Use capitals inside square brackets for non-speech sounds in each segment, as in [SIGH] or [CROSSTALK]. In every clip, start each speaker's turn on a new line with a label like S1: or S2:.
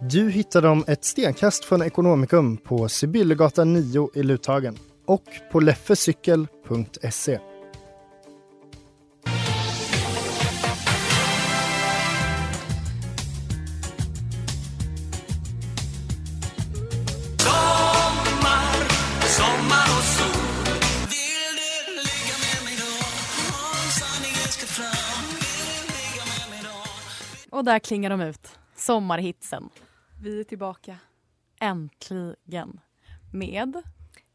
S1: Du hittar dem ett stenkast från Ekonomikum på Sibyllegatan 9 i Luthagen och på leffecykel.se.
S2: Och där klingar de ut. Sommarhitsen.
S3: Vi är tillbaka.
S2: Äntligen. Med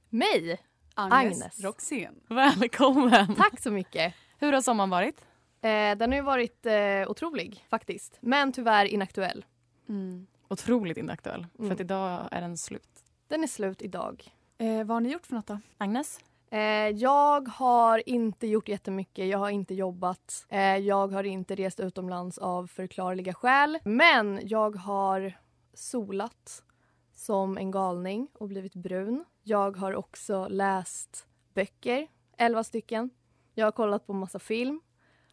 S4: Mig?
S2: Agnes.
S5: Roxén.
S2: Välkommen.
S4: [LAUGHS] Tack så mycket.
S2: Hur har sommaren varit?
S4: Eh, den har ju varit eh, otrolig faktiskt. Men tyvärr inaktuell.
S2: Otroligt inaktuell. För
S4: Mm.
S2: att idag är den slut.
S4: Den är slut idag.
S5: Eh, vad har ni gjort för något då?
S2: Agnes?
S4: Eh, jag har inte gjort jättemycket. Jag har inte jobbat. Eh, jag har inte rest utomlands av förklarliga skäl. Men jag har solat som en galning och blivit brun. Jag har också läst böcker, elva stycken. Jag har kollat på massa film.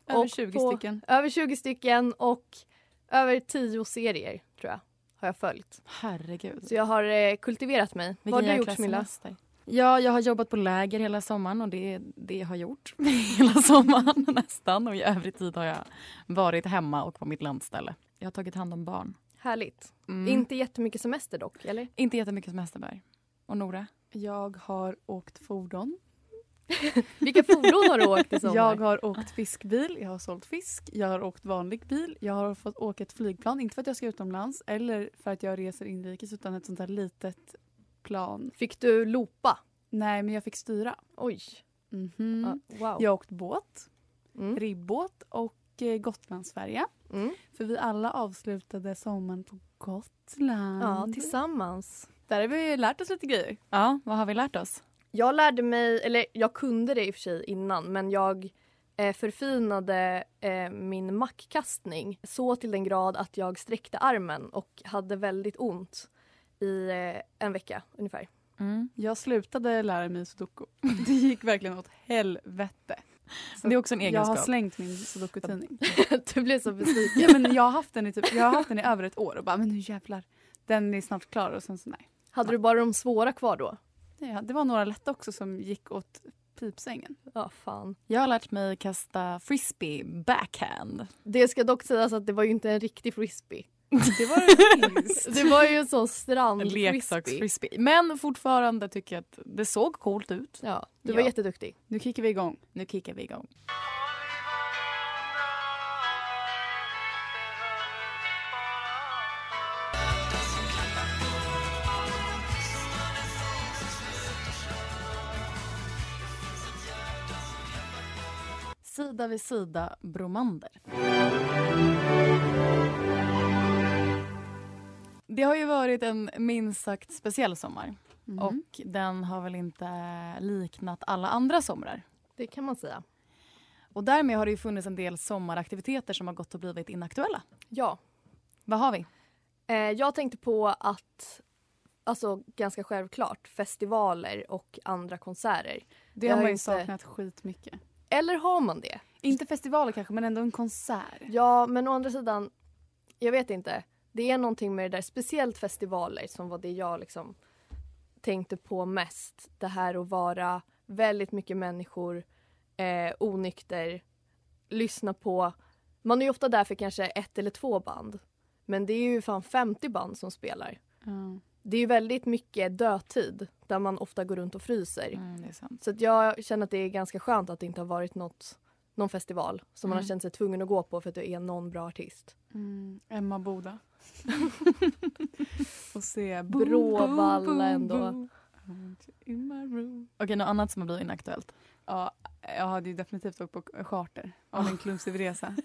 S5: Över
S4: Och
S5: 20
S4: på-
S5: stycken.
S4: Över 20 stycken och över 10 serier tror jag har jag följt.
S2: Herregud.
S4: Så jag har eh, kultiverat mig. Vad har du gjort Smilla?
S2: Ja, jag har jobbat på läger hela sommaren och det är det jag har gjort [LAUGHS] hela sommaren [LAUGHS] nästan. Och i övrig tid har jag varit hemma och på mitt landställe. Jag har tagit hand om barn.
S4: Härligt.
S2: Mm.
S4: Inte jättemycket semester dock, eller?
S2: Inte jättemycket semesterberg. Och Nora?
S5: Jag har åkt fordon.
S4: [LAUGHS] Vilka fordon har du
S5: [LAUGHS]
S4: åkt i sommar?
S5: Jag har åkt fiskbil, jag har sålt fisk, jag har åkt vanlig bil, jag har fått åka ett flygplan, inte för att jag ska utomlands eller för att jag reser inrikes utan ett sånt här litet plan.
S4: Fick du loopa?
S5: Nej, men jag fick styra.
S4: Oj.
S5: Mhm.
S4: Ja, wow.
S5: Jag har åkt båt,
S4: Mm.
S5: ribbåt och eh, Gotlandsfärja.
S4: Mm.
S5: För vi alla avslutade sommaren på Gotland.
S4: Ja, tillsammans.
S5: Där har vi lärt oss lite grejer.
S2: Ja, vad har vi lärt oss?
S4: Jag lärde mig, eller jag kunde det i och för sig innan, men jag eh, förfinade eh, min mackkastning så till den grad att jag sträckte armen och hade väldigt ont i eh, en vecka ungefär.
S5: Jag slutade lära mig sudoku. [LAUGHS] Det gick verkligen åt helvete.
S2: Det är också en
S5: Jag har
S2: egenskap.
S5: slängt min sudoku-tidning.
S4: [LAUGHS] du blev så besviken.
S5: Ja, men jag, har haft den i typ, jag har haft den i över ett år och bara men nu jävlar. Den är snart klar och sen så nej.
S4: Hade du bara de svåra kvar då?
S5: Ja, det var några lätta också som gick åt pipsängen.
S4: Ja, fan.
S2: Jag har lärt mig kasta frisbee backhand.
S4: Det ska dock sägas att det var ju inte en riktig frisbee.
S5: Det var det minst.
S4: [LAUGHS] Det var ju en sån
S5: Mm,
S2: En
S4: strandfrisbee.
S2: leksaksfrisbee. Men fortfarande tycker jag att det såg coolt ut.
S4: Ja, du var
S2: Ja.
S4: jätteduktig.
S5: Nu kickar vi igång.
S2: Nu kickar vi igång. Sida vid sida, Bromander. Det har ju varit en minst sagt speciell sommar.
S4: Mhm.
S2: Och den har väl inte liknat alla andra somrar.
S4: Det kan man säga.
S2: Och därmed har det ju funnits en del sommaraktiviteter som har gått och blivit inaktuella.
S4: Ja.
S2: Vad har vi?
S4: Eh, jag tänkte på att, alltså ganska självklart, festivaler och andra konserter.
S5: Det
S4: Jag
S5: har
S4: har
S5: man ju
S4: inte-
S5: saknat skitmycket.
S4: Eller har man det?
S5: Inte festivaler kanske men ändå en konsert.
S4: Ja, men å andra sidan, jag vet inte. Det är någonting med det där, speciellt festivaler som var det jag liksom tänkte på mest. Det här att vara väldigt mycket människor, eh, onykter, lyssna på. Man är ju ofta där för kanske ett eller två band. Men det är ju fan 50 band som spelar.
S5: Ja.
S4: Det är ju väldigt mycket dödtid där man ofta går runt och fryser.
S2: Mm, det är sant.
S4: Så att jag känner att det är ganska skönt att det inte har varit något, någon festival som man har
S2: Mm.
S4: känt sig tvungen att gå på för att det är någon bra artist.
S5: Mm, Emma [LAUGHS] Boda. och se
S4: Bråvalla ändå.
S5: In my room.
S2: Okej, något annat som har blivit inaktuellt.
S5: Ja, jag hade ju definitivt åkt på charter av en klumpig
S2: [LAUGHS]
S5: resa.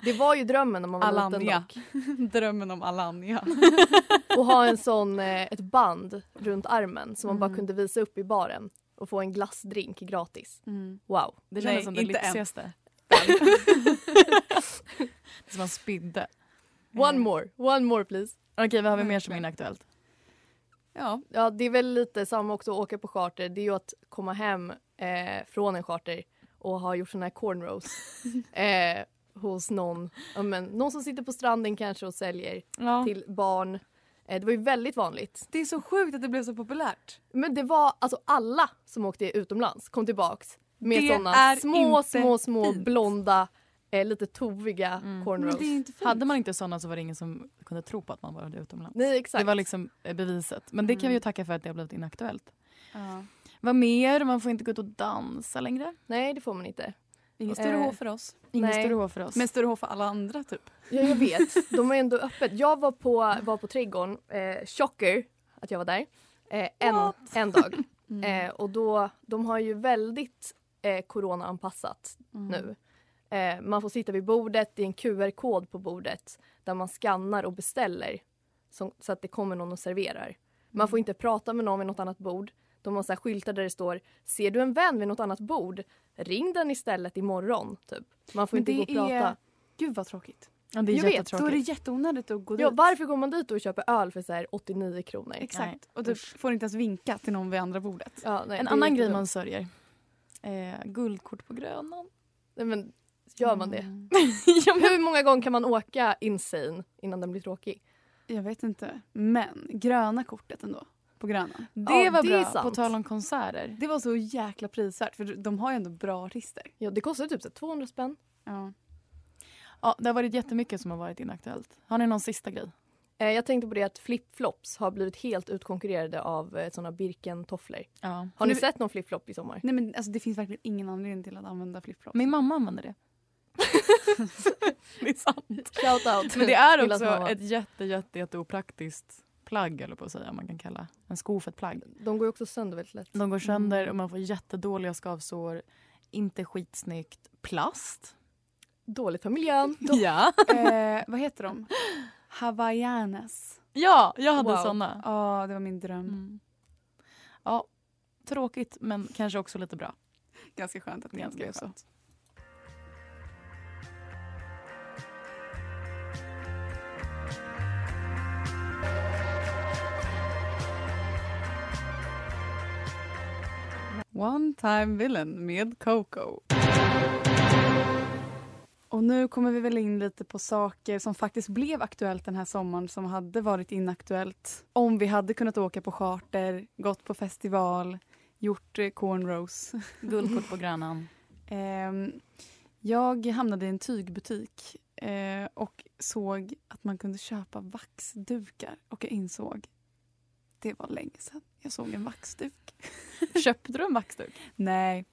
S4: Det var ju drömmen när man var liten
S5: Alanya.
S4: dock.
S5: Drömmen om Alanya.
S4: Att ha en sån, eh, ett band runt armen som man bara
S2: Mm.
S4: kunde visa upp i baren och få en glassdrink gratis.
S5: Mm.
S4: Wow.
S2: Det
S5: Nej,
S2: kändes som det
S5: inte än.
S2: lyxigaste.
S5: [LAUGHS]
S2: som man spydde. Mm.
S4: One more, one more please.
S2: Okej, vad har vi mer som är
S5: Verkligen.
S2: inaktuellt?
S5: Ja,
S4: Ja, det är väl lite samma också att åka på charter. Det är ju att komma hem eh, från en charter och ha gjort såna
S5: [LAUGHS]
S4: här cornrows eh, hos någon. Ja, men, någon som sitter på stranden kanske och säljer
S2: Ja.
S4: till barn. Eh, det var ju väldigt vanligt.
S5: det är så sjukt att det blev så populärt.
S4: Men det var alltså alla som åkte utomlands kom tillbaks med
S5: Det
S4: såna
S5: är
S4: små,
S5: inte
S4: små, små
S5: fint.
S4: blonda, eh, lite toviga
S2: Mm.
S4: cornrows.
S5: Men det är inte fint.
S2: Hade man inte sådana så var det ingen som kunde tro på att man var utomlands.
S4: Nej, exakt.
S2: Det var liksom eh, beviset. Men det kan vi ju tacka för att det har blivit inaktuellt.
S5: Mm. Ja.
S2: Vad mer? Man får inte gå ut och dansa längre.
S4: Nej, det får man inte.
S5: Ingen
S4: större
S5: större
S4: H
S5: H för oss.
S2: Ingen
S4: Nej.
S2: större H för oss.
S5: Eh, Men större H för alla andra typ.
S4: Ja, jag vet. De är ändå öppet. Jag var på, var på trädgården, eh, chocker att jag var där, eh, en, en dag.
S5: Mm.
S4: Eh, och då, de har ju väldigt eh, corona-anpassat nu. Eh, man får sitta vid bordet, det är en QR-kod på bordet där man skannar och beställer som, så att det kommer någon och serverar.
S5: Mm.
S4: Man får inte prata med någon vid något annat bord. De har så här skyltar där det står “Ser du en vän vid något annat bord? Ring den istället imorgon”. Typ. Man får
S5: Men
S4: inte gå och
S5: det är-
S4: prata.
S5: Gud vad tråkigt.
S2: Ja, det är
S4: Jag vet,
S5: Då är det
S2: jättetråkigt.
S5: jätteonödigt att gå
S4: Ja,
S5: dit.
S4: varför går man dit och köper öl för så här 89 kronor?
S5: Exakt.
S2: Nej,
S5: Och du
S2: usch.
S5: får inte ens vinka till någon vid andra bordet.
S4: Ja, nej,
S2: En
S4: det är
S2: annan grej
S4: jättedumt.
S2: man sörjer. Eh, guldkort på Grönan.
S4: Nej, men, gör man det?
S5: Mm.
S2: [LAUGHS] ja, men-
S4: Hur många gånger kan man åka insane innan den blir tråkig?
S5: Jag vet inte. Men gröna kortet ändå. På Grönan.
S2: det
S4: Ja,
S2: var
S4: det är
S2: bra, på
S4: sant.
S2: tal om konserter.
S5: Det var så jäkla prisvärt för de har ju ändå bra artister.
S4: Ja, det kostar typ så här 200 spänn.
S5: Ja.
S2: Ja, det har varit jättemycket som har varit inaktuellt. Har ni någon sista grej?
S4: Eh, jag tänkte på det att flipflops har blivit helt utkonkurrerade av eh, såna Birken-tofflor.
S2: Ja.
S4: Har ni
S5: Nu-
S4: sett någon flipflop i sommar?
S5: Nej men alltså det finns verkligen ingen anledning till att använda flipflops.
S2: Min mamma använder det. det är sant.
S4: Shout [LAUGHS]
S2: [LAUGHS]
S4: out!
S2: Men det är
S4: Lillas
S2: också
S4: mamma.
S2: ett jätte, jätte, jätte opraktiskt plagg, eller på att säga, om man kan kalla en sko för ett plagg.
S4: De går ju också sönder väldigt lätt.
S2: De går sönder och man får jättedåliga skavsår. Inte skitsnyggt. Plast.
S4: Dåligt för miljön.
S2: [LAUGHS] Ja.
S5: eh, vad heter de? Hawaiianas.
S2: ja, jag hade
S4: Wow.
S2: såna. sådana.
S5: Ja, det var min dröm.
S2: Mm. Ja, tråkigt men kanske också lite bra.
S5: Ganska skönt att det
S2: Ganska
S5: blev så.
S2: skönt.
S5: One time villain med Coco. Och nu kommer vi väl in lite på saker som faktiskt blev aktuellt den här sommaren som hade varit inaktuellt om vi hade kunnat åka på charter, gått på festival, gjort eh, cornrows. [LAUGHS]
S2: Guldkort på Grönan.
S5: Ehm, jag hamnade i en tygbutik eh, och såg att man kunde köpa vaxdukar och jag insåg det var länge sedan jag såg en vaxduk.
S2: Köpte du en vaxduk?
S5: [LAUGHS] Nej,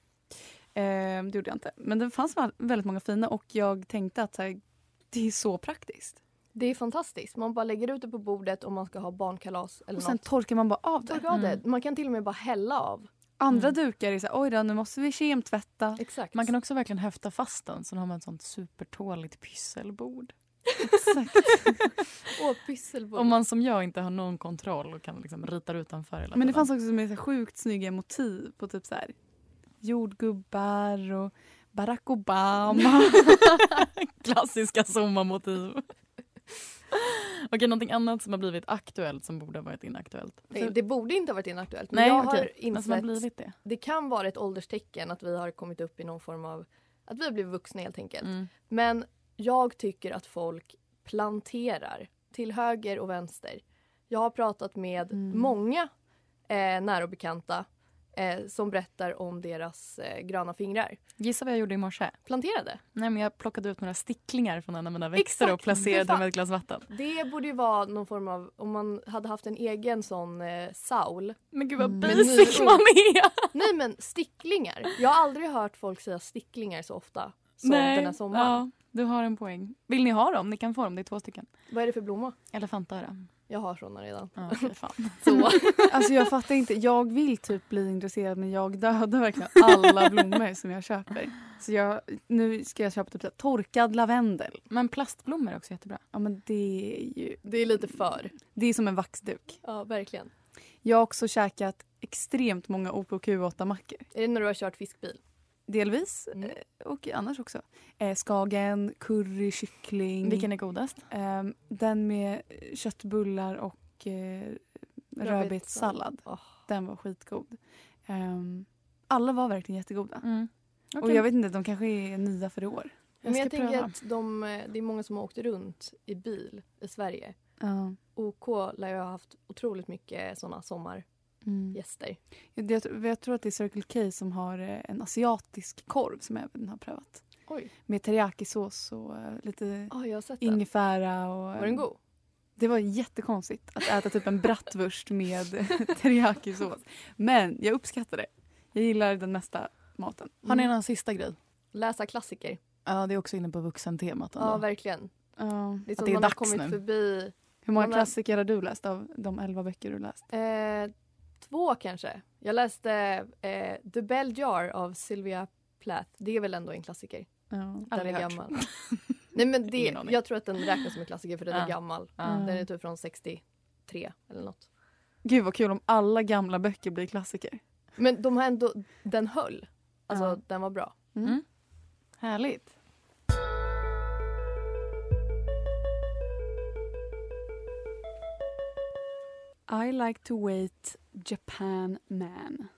S5: ehm, det gjorde jag inte. Men det fanns väl- väldigt många fina och jag tänkte att så här, det är så praktiskt.
S4: Det är fantastiskt. Man bara lägger ut det på bordet om man ska ha barnkalas eller
S5: Och sen
S4: något.
S5: torkar man bara av det.
S4: Torka av det.
S2: Mm.
S4: Man kan till och med bara hälla av.
S5: Andra
S2: Mm.
S5: dukar är så här, oj då, nu måste vi kemtvätta.
S4: Exakt.
S2: Man kan också verkligen häfta fast den. Sen har man ett sånt supertåligt pysselbord.
S5: Exakt.
S4: Åh, pysselbord.
S2: Om man som jag inte har någon kontroll och kan liksom rita utanför hela
S5: Men det
S2: tiden.
S5: fanns också med så här sjukt snygga motiv på typ så här jordgubbar och Barack Obama. [LAUGHS]
S2: Klassiska sommarmotiv. Okej, någonting annat som har blivit aktuellt som borde ha varit inaktuellt.
S4: Nej,
S5: Alltså,
S4: det borde inte ha varit inaktuellt. Men
S2: Nej,
S4: jag har
S2: okej. Men som har
S4: insett
S2: blivit det.
S4: det kan vara ett ålderstecken att vi har kommit upp i någon form av att vi har blivit vuxna helt enkelt.
S2: Mm.
S4: Men jag tycker att folk planterar till höger
S2: Mm.
S4: och vänster. Jag har pratat med många eh, nära och bekanta eh, som berättar om deras eh, gröna fingrar.
S2: Gissa vad jag gjorde i morse?
S4: Planterade.
S2: Nej, men jag plockade ut några sticklingar från en av mina växter
S4: Exakt,
S2: och placerade
S4: för fan.
S2: dem i ett glas vatten.
S4: Det borde ju vara någon form av, om man hade haft en egen sån eh, saul.
S2: Men gud vad
S5: Mm.
S2: basic man är! alltså.
S4: Nej men sticklingar. Jag har aldrig hört folk säga sticklingar så ofta som den här sommaren.
S2: Ja, du har en poäng. Vill ni ha dem? Ni kan få dem. Det är två stycken.
S4: Vad är det för blomma?
S2: Elefantöra.
S4: Jag har såna redan.
S2: Ja,
S4: [LAUGHS]
S2: fy fan.
S4: Så.
S5: Alltså jag fattar inte. Jag vill typ bli intresserad men jag dödar
S4: [LAUGHS]
S5: verkligen alla blommor som jag köper. Så jag, nu ska jag köpa typ så här torkad lavendel.
S2: Men plastblommor är också jättebra.
S5: Ja men det är ju,
S4: det är lite för.
S5: det är som en vaxduk.
S4: Ja verkligen.
S5: Jag har också käkat extremt många OPQ8-mackor.
S4: Är det när du har kört fiskbil?
S5: Delvis
S4: Mm.
S5: eh, och annars också. Eh, skagen, curry, kyckling.
S2: Vilken är godast?
S5: Ehm, den med köttbullar och eh, rödbetssallad.
S4: Åh.
S5: Den var skitgod. Ehm, alla var verkligen jättegoda.
S2: Mm.
S5: Och jag vet inte, de kanske är nya för i år.
S4: Men jag
S2: ska
S4: tänker
S2: pröva.
S4: att de, eh, det är många som har åkt runt i bil i Sverige.
S5: Ja.
S4: OK lär ju ha haft otroligt mycket såna sommargäster.
S5: Mm. Jag, jag, tror- jag tror att det är Circle K som har eh, en asiatisk korv som jag även har prövat.
S4: Oj.
S5: Med teriyakisås och eh, lite
S4: Ja, jag har sett den.
S5: ingefära. Och,
S4: Var den god?
S5: Det var jättekonstigt att äta typ en bratwurst med [LAUGHS] teriyakisås. Men jag uppskattar det. Jag gillar den mesta maten. Mm.
S2: Har ni någon sista grej?
S4: Läsa klassiker.
S2: Ja, det är också inne på vuxentemat.
S4: Ja, verkligen.
S5: Ja.
S4: Det är
S2: Att
S4: som
S2: det är
S4: man har
S2: dags
S4: kommit typ
S2: nu.
S4: förbi
S5: Hur många
S4: Man har-
S5: klassiker har du läst av de elva böcker du läst?
S4: eh, två kanske. Jag läste eh, The Bell Jar av Sylvia Plath. Det är väl ändå en klassiker?
S5: Ja.
S4: Den
S2: Aldrig
S4: är
S2: hört. [LAUGHS]
S4: gammal. Nej, men
S2: Ingen
S4: det,
S2: aning.
S4: jag tror att den räknas som en klassiker för den
S2: Ja.
S4: är gammal.
S2: Ja. Mm.
S4: Den är typ från 63 eller något.
S5: Gud vad kul om alla gamla böcker blir klassiker.
S4: Men de har ändå, den höll. Alltså
S5: Ja.
S4: den var bra.
S5: Mm.
S2: Härligt.
S5: I like to wait Japan man.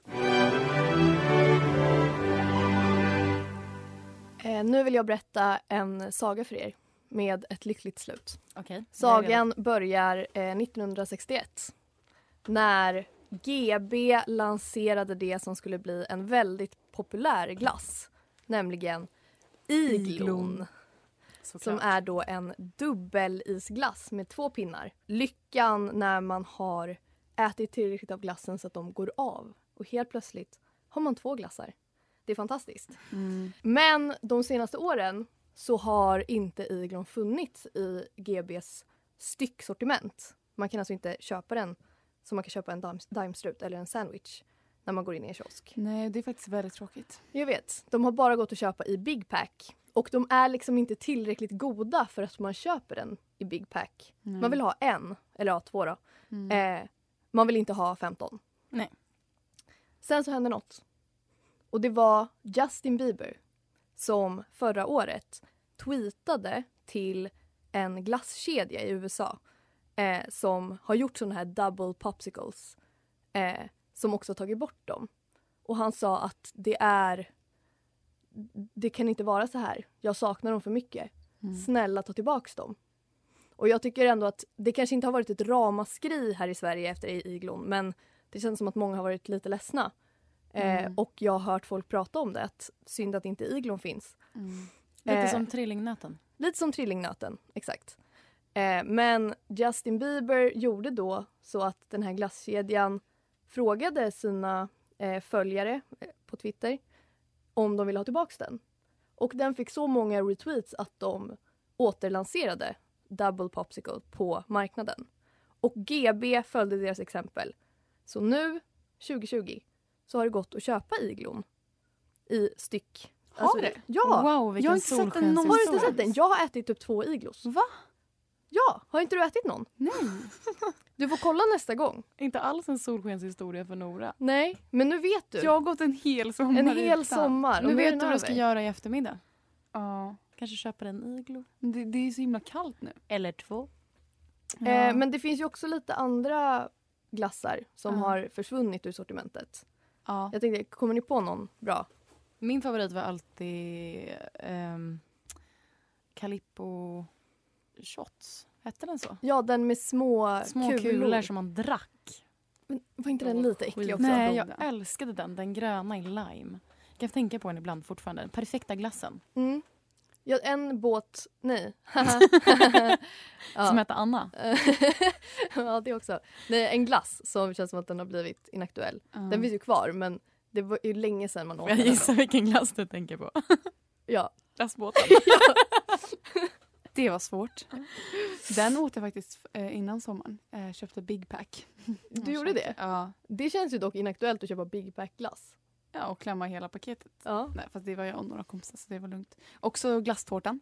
S4: Eh, nu vill jag berätta en saga för er med ett lyckligt slut.
S2: Okej.
S4: Sagan börjar eh, 1961 när GB lanserade det som skulle bli en väldigt populär glass, nämligen Iglon. Som är då en dubbelisglass med två pinnar. Lyckan när man har ätit tillräckligt av glassen så att de går av. Och helt plötsligt har man två glassar. Det är fantastiskt. Men de senaste åren så har inte Iglon funnits i GBs stycksortiment. Man kan alltså inte köpa den som man kan köpa en dime- daimstrut eller en sandwich när man går in i en kiosk.
S5: Nej, det är faktiskt väldigt tråkigt.
S4: Jag vet, de har bara gått att köpa i Big Pack och de är liksom inte tillräckligt goda för att man köper den i Big Pack. Man vill ha en, eller ja, två då. Eh, man vill inte ha 15.
S2: Nej.
S4: Sen så hände något. Och det var Justin Bieber som förra året tweetade till en glasskedja i USA eh, som har gjort såna här double popsicles eh, som också har tagit bort dem. Och han sa att det är... Det kan inte vara så här. Jag saknar dem för mycket.
S2: Mm.
S4: Snälla ta tillbaks dem. Och jag tycker ändå att det kanske inte har varit ett ramaskri här i Sverige efter Iglon men det känns som att många har varit lite ledsna. Eh,
S2: Mm.
S4: och jag har hört folk prata om det, att synd att inte Iglon finns.
S2: Mm. Lite
S4: Eh,
S2: som trillingnöten.
S4: Lite som trillingnöten, exakt. Eh, men Justin Bieber gjorde då så att den här glasskedjan frågade sina eh, följare eh, på Twitter om de ville ha tillbaka den. Och den fick så många retweets att de återlanserade Double Popsicle på marknaden. Och GB följde deras exempel. Så nu, 2020, så har det gått att köpa Iglon i styck. Har
S2: det?
S4: Ja!
S2: Wow, vilken
S5: Jag har inte sett den
S2: solskenshistoria.
S5: någonsin.
S4: Har du inte sett den? Jag har ätit typ två iglos.
S5: Va?
S4: Ja, har inte du ätit någon? Nej. [LAUGHS] Du får kolla nästa gång.
S2: Inte alls en solskenshistoria för Nora.
S4: Nej, men nu vet du.
S5: Jag har gått en hel sommar
S4: en hel
S5: utan.
S4: sommar. och
S2: Nu
S4: är
S2: vet
S4: den
S2: du vad du ska
S4: över.
S2: göra i eftermiddag.
S5: Ja.
S2: Kanske köpa en iglo.
S5: Men Det, det är så himla kallt nu.
S2: Eller två.
S5: Ja.
S4: Eh, men det finns ju också lite andra glassar som
S5: Ja.
S4: har försvunnit ur sortimentet.
S5: Ja.
S4: Jag tänkte, kommer ni på någon bra?
S2: Min favorit var alltid ehm, Calippo shots. Hette den så?
S4: Ja, den med små,
S2: Små kulor som man drack.
S4: Men Var inte den lite äcklig också?
S2: Nej, jag älskade den. Den gröna i lime. Jag kan tänka på den ibland fortfarande. Den perfekta glassen
S4: Mm. Ja, en båt... [LAUGHS] Nej. ja.
S2: som hette Anna.
S4: Eh, [LAUGHS] ja, det också. Nej, en glass som känns som att den har blivit inaktuell. Den finns ju kvar, men det var ju länge sedan man
S2: Mm.
S4: åt
S2: Jag
S4: den. ändå.
S2: gissar vilken glass du tänker på.
S4: Ja.
S2: Glassbåten.
S5: [LAUGHS] Det var svårt. Den åt jag faktiskt eh, innan sommaren. Eh, köpte Big Pack.
S4: Du gjorde det?
S5: Ja.
S4: Det känns ju dock inaktuellt att köpa Big Pack glass.
S5: ja, och klämma hela paketet.
S4: Ja.
S5: Nej, fast det var jag och några kompisar så det var lugnt. Också glasstårtan.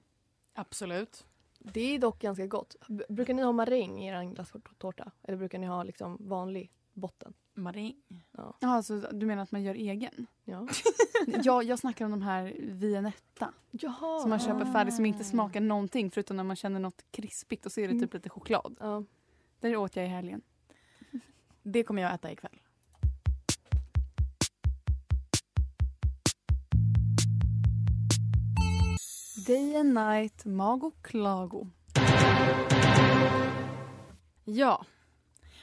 S2: Absolut.
S4: Det är dock ganska gott. B- brukar ni ha maräng i er glasstårta? Eller brukar ni ha liksom vanlig botten?
S2: Maräng.
S5: Ja, så du menar att man gör egen? [LAUGHS]
S4: Ja.
S5: jag, jag snackar om de här Vianetta
S4: Jaha.
S5: som man köper färdigt som inte smakar någonting förutom när man känner något krispigt och så är det
S2: Mm.
S5: typ lite choklad.
S4: Ja.
S5: Det åt jag i helgen.
S2: Det kommer jag äta ikväll.
S5: Day and night, mago klago.
S2: Ja.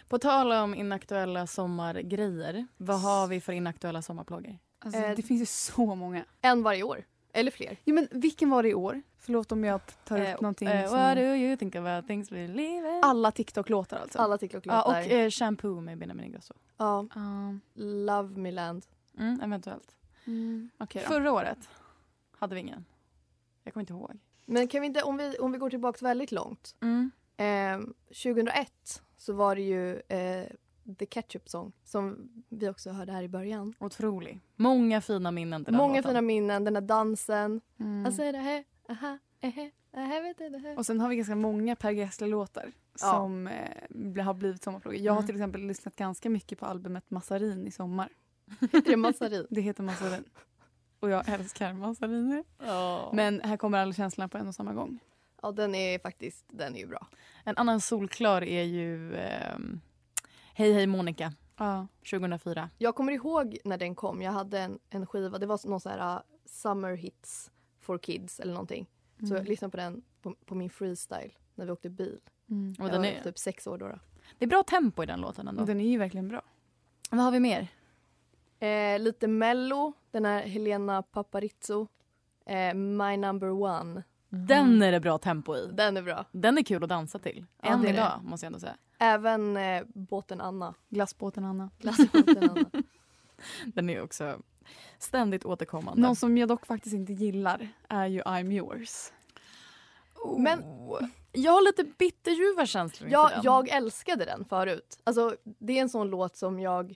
S2: På tal om inaktuella sommargrejer. Vad har vi för inaktuella sommarplågor?
S5: Alltså,
S4: Eh,
S5: det finns ju så många.
S4: En varje år. Eller fler.
S5: Jo, men vilken var det i år? Förlåt om jag tar upp
S2: Eh,
S5: någonting
S2: eh, what do
S5: som...
S2: you think about things we live in?
S5: Alla TikTok-låtar alltså?
S4: Alla TikTok
S2: Ja, och
S4: låtar. Ja,
S2: eh, shampoo med Benjamin Ingrosso.
S5: Ja.
S4: Love Me Land.
S2: Mm, eventuellt.
S5: Mm, Okej då.
S2: Förra året hade vi ingen. Jag kommer inte ihåg.
S4: Men kan vi inte, om vi, om vi går tillbaka väldigt långt.
S2: Mm.
S4: Ehm, 2001 så var det ju eh, The Ketchup Song som vi också hörde här i början.
S2: Otrolig. Många fina minnen till den
S4: Många
S2: låten.
S4: fina minnen, den där dansen.
S5: Mm.
S4: Alltså är det här, aha, ehe, aha, vet du det här.
S5: Och sen har vi ganska många Per Gessle-låtar
S4: Ja.
S5: som eh, bl- har blivit sommarplågor. Jag har
S2: Mm.
S5: till exempel lyssnat ganska mycket på albumet Massarin i sommar.
S4: Heter [LAUGHS] det Mazarin?
S5: Det heter Massarin. och jag älskar Massariner.
S2: Ja.
S5: Men här kommer alla känslorna på en och samma gång.
S4: Ja den är faktiskt, den är ju bra.
S2: En annan solklar är ju ehm, Hej hej Monica
S5: Ja.
S2: 2004.
S4: Jag kommer ihåg när den kom, jag hade en, en skiva, det var någon sån här ah, Summer Hits for Kids eller någonting. Så
S2: Mm.
S4: jag lyssnade på den på, på min freestyle när vi åkte bil.
S5: Mm.
S2: Och
S4: jag
S2: den
S4: var
S2: är,
S4: typ sex år då. då.
S2: det är bra tempo i den låten ändå.
S5: Den är ju verkligen bra.
S2: Vad har vi mer?
S4: Eh, lite mello, den här Helena Paparizou. Eh, My number one.
S2: Den är det bra tempo i.
S4: Den är bra.
S2: Den är kul att dansa till.
S4: Ja,
S2: Än
S4: det är
S2: idag måste jag ändå säga.
S4: Även eh, båten Anna.
S5: Glassbåten Anna.
S4: Glassbåten Anna.
S2: Den är också ständigt återkommande.
S5: Någon som jag dock faktiskt inte gillar är ju I'm yours.
S4: Men-
S2: Oh. jag har lite bitterljuva känslor inför
S4: Jag,
S2: den.
S4: jag älskade den förut. Alltså, det är en sån låt som jag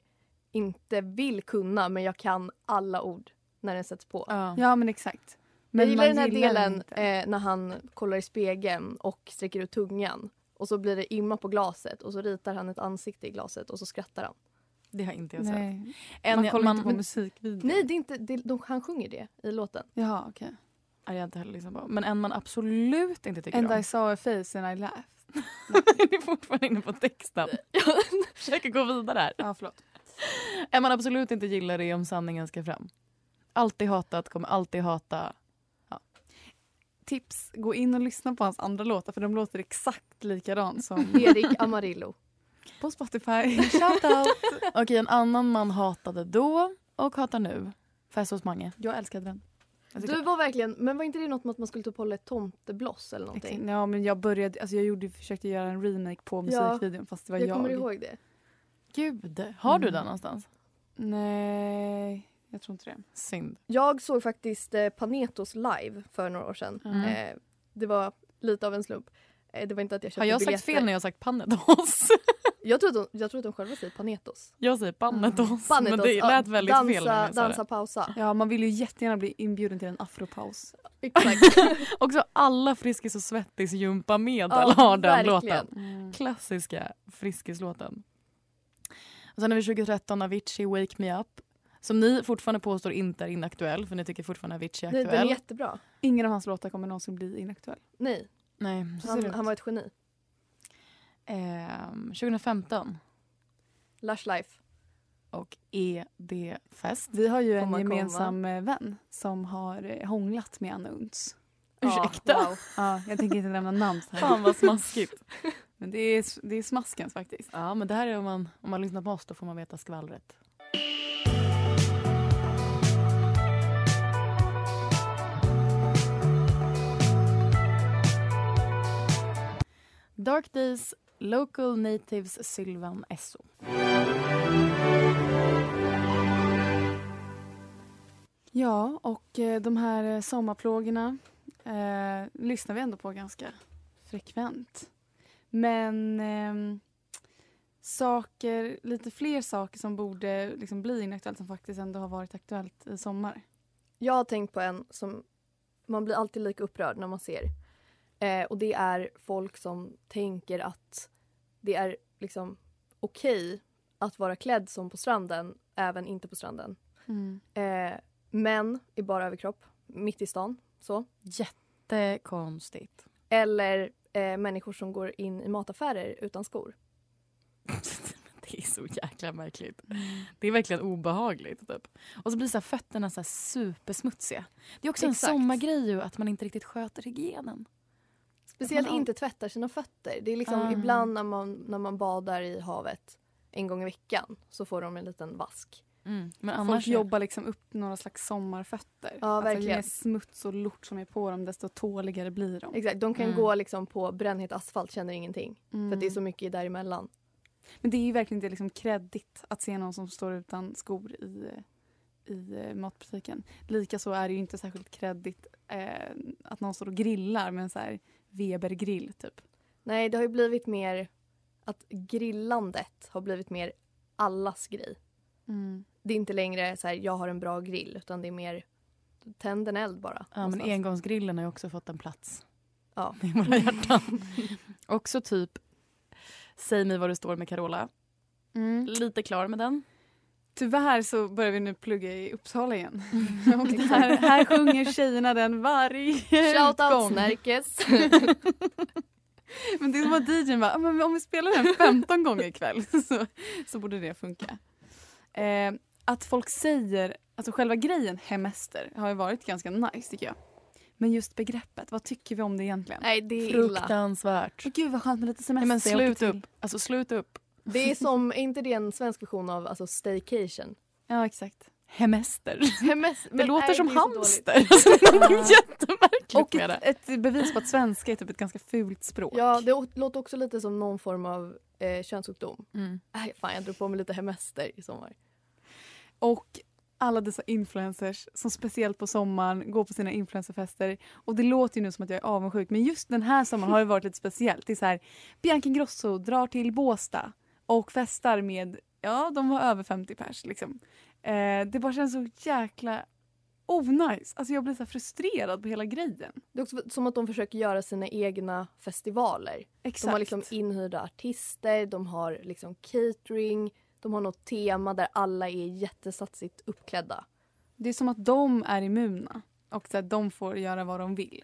S4: inte vill kunna men jag kan alla ord när den sätts på.
S2: Ja.
S5: Ja men exakt. Men
S4: jag gillar
S5: man
S4: den här delen
S5: inte.
S4: eh, när han kollar i spegeln och sträcker ut tungan. Och så blir det imma på glaset och så ritar han ett ansikte i glaset och så skrattar han.
S2: Det har inte jag sett.
S5: Nej.
S2: En,
S5: Man kollar
S2: man-
S5: inte på musikvideon.
S4: Nej, det är inte, det, de, han sjunger det i låten.
S5: Jaha okej.
S2: Nej, jag har inte heller liksom på. Men en man absolut inte tycker
S5: And
S2: om.
S5: I saw a face and I laughed.
S2: [LAUGHS] Ni är fortfarande inne på texten. Försöker gå vidare här.
S5: Ja förlåt.
S2: [LAUGHS] En man absolut inte gillar är om sanningen ska fram. Alltid hatat, kommer alltid [LAUGHS] hata.
S5: Tips, gå in och lyssna på hans andra låtar för de låter exakt likadant som
S4: Erik
S5: [LAUGHS]
S4: Amarillo.
S5: på Spotify. Shoutout!
S2: Okej, en annan man hatade då och hatar nu. Fest hos Mange. Jag älskade den.
S4: Du var verkligen, men var inte det något med att man skulle ta på ett tomtebloss eller någonting?
S5: ja men jag började, alltså jag gjorde, försökte göra en remake på
S4: Ja.
S5: musikvideon fast det var
S4: Jag,
S5: jag.
S4: kommer ihåg det.
S2: Gud, har du
S5: Mm.
S2: den någonstans?
S5: Nej, jag tror inte det.
S2: Synd.
S4: Jag såg faktiskt eh, Panetos live för några år sedan.
S2: Mm.
S4: Eh, det var lite av en slump. Eh, det var inte att jag köpte
S2: Har jag sagt
S4: biljetter.
S2: fel när jag har sagt Panetos?
S4: Jag tror, att de, jag tror att de själva säger
S5: [LAUGHS]
S4: Panetos.
S2: [LAUGHS] Jag säger Panetos, men
S4: Panetos,
S2: det
S4: ja,
S2: lät väldigt
S4: dansa,
S2: fel. När jag sa
S4: Dansa,
S2: det.
S4: pausa.
S5: Ja man vill ju jättegärna bli inbjuden till en afropaus. [LAUGHS]
S4: Exakt. [LAUGHS]
S2: Också alla Friskis och Svettis-gympamedel
S4: Ja,
S2: har den
S4: verkligen.
S2: låten.
S5: Mm.
S2: klassiska Friskis-låten. Och sen har vi 2013 Avicii Wake Me Up som ni fortfarande påstår inte är inaktuell för ni tycker fortfarande Avicii är
S4: Nej,
S2: aktuell.
S4: den är jättebra.
S5: Ingen av hans låtar kommer någonsin bli inaktuell.
S4: Nej,
S2: Nej, så ser det
S4: han,
S2: ut.
S4: han var ett geni.
S2: Ehm, 2015
S4: Lush Life.
S2: och E ED-fest.
S5: Vi har ju
S4: Får
S5: en
S4: man komma?
S5: gemensam eh, vän som har eh, hånglat med Anna Unts.
S2: Ursäkta?
S4: Ja, wow.
S5: Ja, jag tänker inte nämna namn så här.
S2: Fan vad smaskigt.
S5: [LAUGHS] Men det är, s- det är smaskens faktiskt.
S2: Ja, men det här är om man, om man lyssnar på oss, då får man veta skvallret. Dark Days, Local Natives Sylvan Esso.
S5: Ja, och eh, de här eh, sommarplågorna eh, lyssnar vi ändå på ganska frekvent. Men ehm, saker, lite fler saker som borde liksom bli inaktuellt som faktiskt ändå har varit aktuellt i sommar.
S4: Jag har tänkt på en som man blir alltid lika upprörd när man ser. Eh, och det är folk som tänker att det är liksom okej att vara klädd som på stranden, även inte på stranden.
S2: Mm.
S4: Eh, män i bara överkropp, mitt i stan. Så.
S2: Jättekonstigt. [LAUGHS]
S4: Eller eh, människor som går in i mataffärer utan skor.
S2: Det är så jäkla märkligt.
S5: Mm.
S2: Det är verkligen obehagligt. Typ. Och så blir så här fötterna så här supersmutsiga. Det är också
S4: Exakt.
S2: en sommargrej ju, att man inte riktigt sköter hygienen.
S4: Speciellt
S2: Man-
S4: inte tvättar sina fötter. Det är liksom
S2: Ah.
S4: ibland när man, när man badar i havet en gång i veckan så får de en liten vask.
S2: Mm. Men
S5: Folk
S2: annars är-
S5: jobbar liksom upp några slags sommarfötter.
S4: Ja,
S5: Ju
S4: verkligen.
S5: mer smuts och lort som är liksom på dem desto tåligare blir de.
S4: Exakt, de kan
S2: Mm.
S4: gå liksom på brännhet asfalt, känner ingenting. För att det är så mycket däremellan.
S5: Men det är ju verkligen inte liksom kreddigt att se någon som står utan skor i, i eh, matbutiken. Likaså är det ju inte särskilt kreddigt eh, att någon står och grillar med en så här Weber-grill typ.
S4: Nej, det har ju blivit mer att grillandet har blivit mer allas grej.
S2: Mm.
S4: Det är inte längre så här, jag har en bra grill, utan det är mer tänd en eld bara.
S2: Ja, men
S4: någonstans.
S2: engångsgrillen har ju också fått en plats
S5: [LAUGHS]
S4: ja.
S2: i våra hjärtan.
S4: [LAUGHS]
S2: [LAUGHS] också typ Säg mig var du står med Carola.
S5: Mm.
S2: Lite klar
S5: [LAUGHS]
S2: med den.
S5: Tyvärr så börjar vi nu plugga i Uppsala igen. och det här, här sjunger tjejerna den varje
S4: Shoutout
S5: utgång.
S2: [LAUGHS]
S4: Snärkes!
S5: Men det är som att DJn bara, "Ah, men om vi spelar den 15 gånger ikväll [LAUGHS] så, så borde det funka. Eh, att folk säger, alltså själva grejen hemester har ju varit ganska nice tycker jag. Men just begreppet, vad tycker vi om det egentligen?
S4: Nej, det är illa.
S2: Fruktansvärt.
S5: Åh gud vad skönt med lite semester.
S2: Nej, men
S5: jag åker
S2: slut
S5: till.
S2: upp. Alltså slut upp.
S4: Det är som, är inte det en svensk version av alltså, staycation?
S5: Ja exakt.
S2: Hemester.
S4: Men, men,
S2: [LAUGHS] Det låter
S4: nej,
S2: som
S4: är så dåligt.
S2: hamster. [LAUGHS] Alltså, det är något jättemärkligt
S5: Och
S2: med det.
S5: ett, ett bevis på att svenska är typ ett ganska fult språk.
S4: Ja, det å- låter också lite som någon form av eh, könssjukdom.
S2: Mm.
S4: Aj, fan, jag drog på mig lite hemester i sommar.
S5: Och alla dessa influencers som speciellt på sommaren går på sina influencerfester. Och det låter ju nu som att jag är avundsjuk men just den här sommaren har ju varit lite speciellt. Det är så här, Bianca Ingrosso drar till Båsta och festar med, ja de var över 50 pers liksom. Eh, det bara känns så jäkla onajs. Alltså jag blir så här frustrerad på hela grejen.
S4: Det är också som att de försöker göra sina egna festivaler.
S5: Exakt.
S4: De har liksom inhyrda artister, de har liksom catering, de har något tema där alla är jättesatsigt uppklädda.
S5: Det är som att de är immuna och så här, de får göra vad de vill.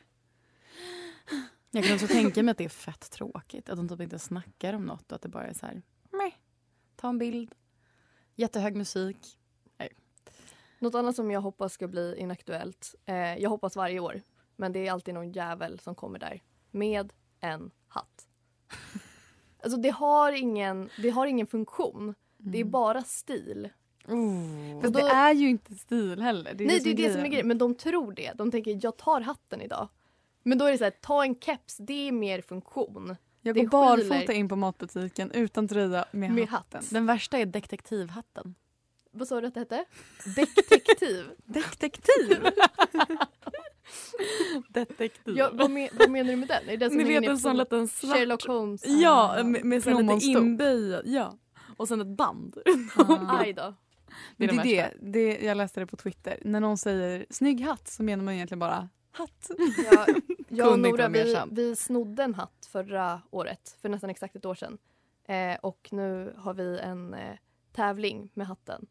S2: Jag kan också tänka mig att det är fett tråkigt. Att de typ inte snackar om något. och Att det bara är så här... Meh, ta en bild. Jättehög musik.
S4: Något annat som jag hoppas ska bli inaktuellt, eh, jag hoppas varje år, men det är alltid någon jävel som kommer där med en hatt. Alltså det har ingen, det har ingen funktion, det är bara stil.
S5: Fast
S4: då-
S5: det är ju inte stil heller. Det är
S4: Nej, det är det som är
S5: grejen.
S4: grejen. Men de tror det. De tänker jag tar hatten idag. Men då är det så här, ta en keps, det är mer funktion.
S5: Jag
S4: Det
S5: går barfota
S4: skyler.
S5: in på matbutiken utan tröja med,
S4: Med
S5: hatten.
S2: Den värsta är detektivhatten.
S4: Vad sa du att det hette?
S2: [LAUGHS]
S4: Detektiv.
S5: Detektiv!
S2: Detektiv.
S4: ja, vad, men, vad menar du med den? Är det den som
S2: Ni
S4: hänger
S2: vet
S4: ner
S2: en
S4: på
S2: sån liten svart...
S4: Sherlock Holmes? eh,
S2: Ja, med, med sån lite
S5: Plommonstop.
S2: inböjad. Ja. Och sen ett band.
S5: [LAUGHS]
S2: Ah,
S4: Aj då.
S5: Det är
S2: det
S5: det, det, jag läste det på Twitter. När någon säger snygg hatt så menar man egentligen bara hatt.
S4: Ja, jag
S2: [LAUGHS]
S4: och
S2: Kunde inte vara
S4: Nora
S2: mer
S4: vi,
S2: sann.
S4: vi snodde en hatt förra året, för nästan exakt ett år sedan. Eh, och nu har vi en eh, tävling med hatten.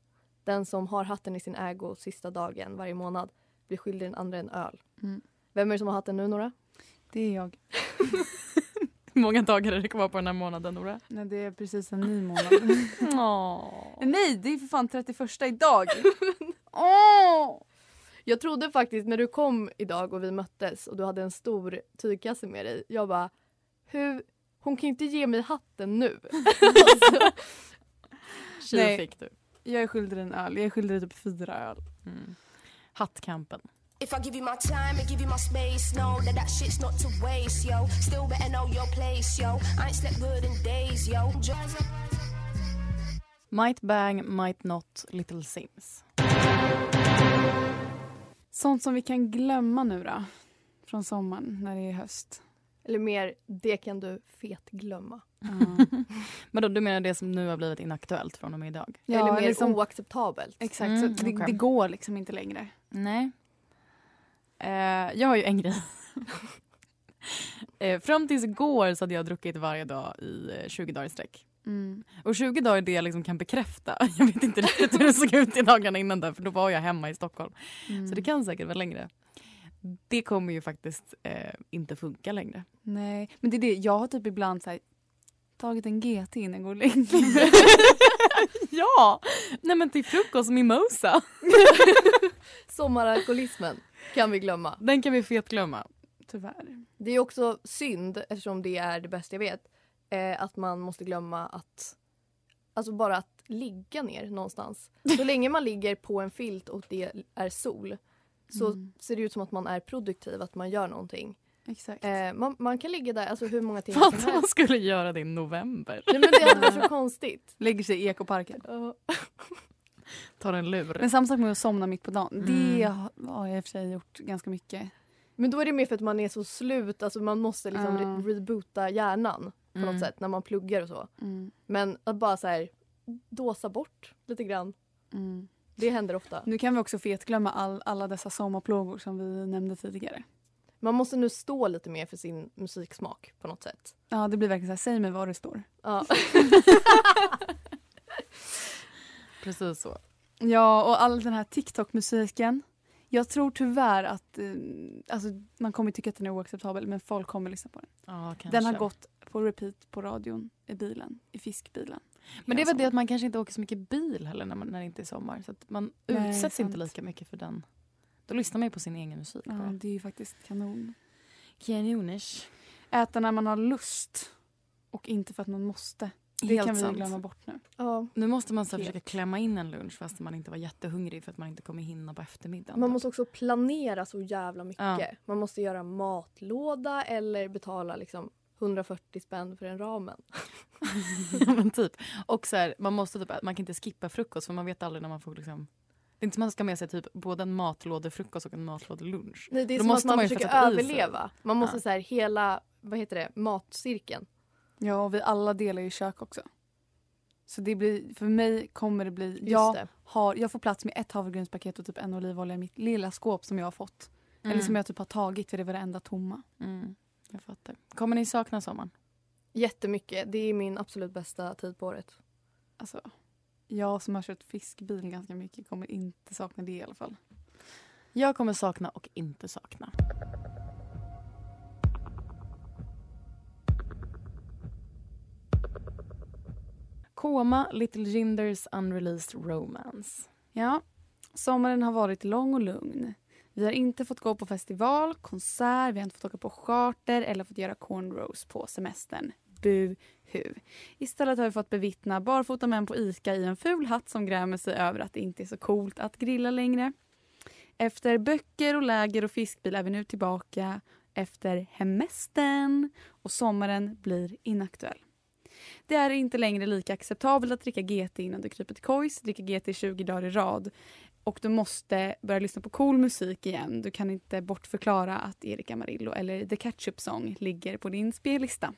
S4: Den som har hatten i sin ägo sista dagen varje månad blir skyldig den andra en öl.
S5: Mm.
S4: Vem är det som har hatten nu Nora?
S5: Det är jag.
S2: [LAUGHS] Hur många dagar är det kvar på den här månaden, Nora?
S5: Nej, det är precis en [LAUGHS] ny månad.
S2: Åh.
S5: Nej, det är för fan 31 idag! Åh!
S4: Jag trodde faktiskt när du kom idag och vi möttes och du hade en stor tygkasse med dig. Jag bara, hur hon kan ju inte ge mig hatten nu. [LAUGHS] Alltså,
S2: Tjur
S5: Nej.
S2: fick du.
S5: Jag är skyldig en öl. Jag är skyldig typ fyra öl.
S2: Mm. Hattkampen.
S6: If I give you my time and give you my space, know that that shit's not to waste, yo. Still better know your place, yo. I ain't slept good in days, yo. Just-
S2: Might bang, might not, little sims.
S5: Sånt som vi kan glömma nu då. Från sommaren när det är höst.
S4: Eller mer, det kan du fetglömma.
S2: Men då, du menar det som nu har blivit inaktuellt från och med idag?
S5: Ja,
S4: Eller mer
S5: liksom-
S4: oacceptabelt.
S5: Exakt,
S2: Mm,
S5: så det,
S2: okej.
S5: det går liksom inte längre.
S2: Nej. Eh, jag har
S5: [LAUGHS]
S2: ju en grej. eh, fram tills igår så hade jag druckit varje dag i eh, 20 dagar i sträck.
S5: Mm.
S2: Och 20 dagar är det jag liksom kan bekräfta. [LAUGHS] Jag vet inte riktigt hur det såg ut i dagarna innan där för då var jag hemma i Stockholm.
S5: Mm.
S2: Så det kan säkert vara längre. Det kommer ju faktiskt eh, inte funka längre.
S5: Nej, men det är det. Jag har typ ibland så här, tagit en GT innan jag går längre.
S2: [LAUGHS]
S5: [LAUGHS]
S2: ja! Nej men till frukost mimosa.
S4: Sommaralkoholismen [LAUGHS] kan vi glömma.
S2: Den kan vi fetglömma.
S5: Tyvärr.
S4: Det är också synd, eftersom det är det bästa jag vet, eh, att man måste glömma att Alltså bara att ligga ner någonstans.
S5: [LAUGHS]
S4: Så länge man ligger på en filt och det är sol så
S5: Mm.
S4: ser det ut som att man är produktiv, att man gör någonting.
S5: Exakt.
S4: Eh, man, man kan ligga där alltså hur många timmar
S2: Fatta
S4: som
S2: man
S4: helst.
S2: skulle göra det i november.
S4: Nej, men det hade varit
S5: [LAUGHS]
S4: så konstigt.
S5: Lägger sig i ekoparken.
S2: Tar en lur.
S5: Men samma sak med att somna mitt på dagen. Det
S2: Mm.
S5: har har jag i och för sig gjort ganska mycket.
S4: Men då är det mer för att man är så slut, alltså man måste liksom
S5: Ja.
S4: re- reboota hjärnan på
S2: Mm.
S4: något sätt när man pluggar och så.
S5: Mm.
S4: Men att bara så här dåsa bort lite grann, det händer ofta.
S5: Mm. Nu kan vi också fetglömma all, alla dessa sommarplågor som vi nämnde tidigare.
S4: Man måste nu stå lite mer för sin musiksmak på något sätt.
S5: Ja, det blir verkligen så här, säg mig var du står.
S4: Ja.
S2: Precis så.
S5: Ja, och all den här TikTok-musiken. Jag tror tyvärr att eh, alltså, man kommer tycka att den är oacceptabel men folk kommer lyssna på den.
S2: Ja,
S5: Den har gått på repeat på radion, i bilen, i fiskbilen.
S2: Men det är
S5: Hela
S2: väl det att
S5: sommaren.
S2: man kanske inte åker så mycket bil heller när, man, när det inte är sommar. Så att man
S5: Nej,
S2: utsätts
S5: sant.
S2: inte lika mycket för den. Då lyssnar man ju på sin egen musik.
S5: Ja, det är ju faktiskt kanon.
S2: Kanonish.
S5: [LAUGHS] Äta när man har lust och inte för att man måste. Det
S2: Helt
S5: kan vi
S2: sant.
S5: glömma bort nu.
S4: ja.
S2: Nu måste man så här
S5: Helt.
S2: försöka klämma in en lunch fast man inte var jättehungrig för att man inte kommer hinna på eftermiddagen. typ.
S4: Man måste också planera så jävla mycket.
S2: Ja.
S4: Man måste göra matlåda eller betala liksom 140 spänn för en ramen.
S2: [LAUGHS] Ja, men typ. Och så här, man, måste typ, man kan inte skippa frukost för man vet aldrig när man får liksom... Det är inte som att man ska ha med sig typ både en matlådefrukost och en matlådelunch.
S4: Nej, det är
S2: Då
S4: som
S2: måste
S4: att man,
S2: man ju
S4: försöker
S2: sätta i sig.
S4: överleva. Man måste
S2: Ja.
S4: så här hela, vad heter det, matcirkeln.
S5: Ja, och vi alla delar ju kök också. Så det blir, för mig kommer det bli... jag,
S4: det.
S5: Har, jag får plats med ett havregrynspaket och typ en olivolja i mitt lilla skåp som jag har fått. Eller som jag typ har tagit för det var det enda tomma.
S2: Mm, jag fattar. Kommer ni sakna sommaren?
S4: Jättemycket. Det är min absolut bästa tid på året.
S5: Alltså, jag som har kört fiskbil ganska mycket kommer inte sakna det i alla fall.
S2: Jag kommer sakna och inte sakna. Koma, Little Ginders Unreleased Romance.
S5: Ja, sommaren har varit lång och lugn. Vi har inte fått gå på festival, konsert, vi har inte fått åka på charter eller fått göra cornrows på semestern. Bu hu. Istället har vi fått bevittna barfota män på Ica i en ful hatt som grämer sig över att det inte är så coolt att grilla längre. Efter böcker och läger och fiskbil är vi nu tillbaka efter hemestern och sommaren blir inaktuell. Det är inte längre lika acceptabelt att dricka GT innan du kryper till kojs, dricka GT 20 dagar i rad och du måste börja lyssna på cool musik igen. Du kan inte bortförklara att Erik Amarillo eller The Ketchup Song ligger på din spellista.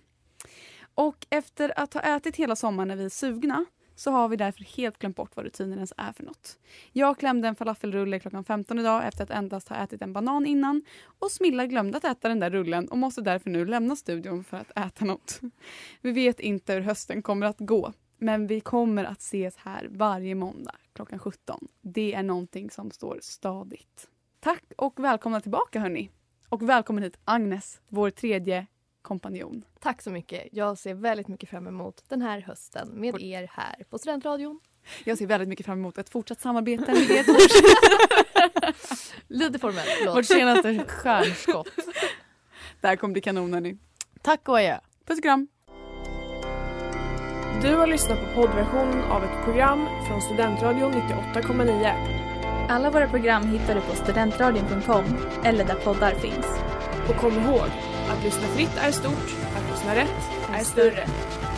S5: Och efter att ha ätit hela sommaren när vi är sugna så har vi därför helt glömt bort vad rutinen ens är för något. Jag klämde en falafelrulle klockan 15 idag efter att endast ha ätit en banan innan och Smilla glömde att äta den där rullen och måste därför nu lämna studion för att äta något. Vi vet inte hur hösten kommer att gå, men vi kommer att ses här varje måndag klockan 17. Det är någonting som står stadigt. Tack och välkomna tillbaka hörni. Och välkommen hit Agnes, vår tredje kompanjon.
S4: Tack så mycket. Jag ser väldigt mycket fram emot den här hösten med er här på Studentradion.
S5: Jag ser väldigt mycket fram emot ett fortsatt samarbete
S2: [LAUGHS]
S5: med er.
S4: Lite formellt,
S2: Vårt [LAUGHS]
S4: förlåt.
S2: senaste stjärnskott.
S5: Där kommer bli kanon hörni.
S2: Tack och adjö.
S5: Puss och kram.
S3: Du har lyssnat på poddversionen av ett program från Studentradion 98,9.
S5: Alla våra program hittar du på studentradion.com eller där poddar finns.
S3: Och kom ihåg, att lyssna fritt är stort, att lyssna rätt är större.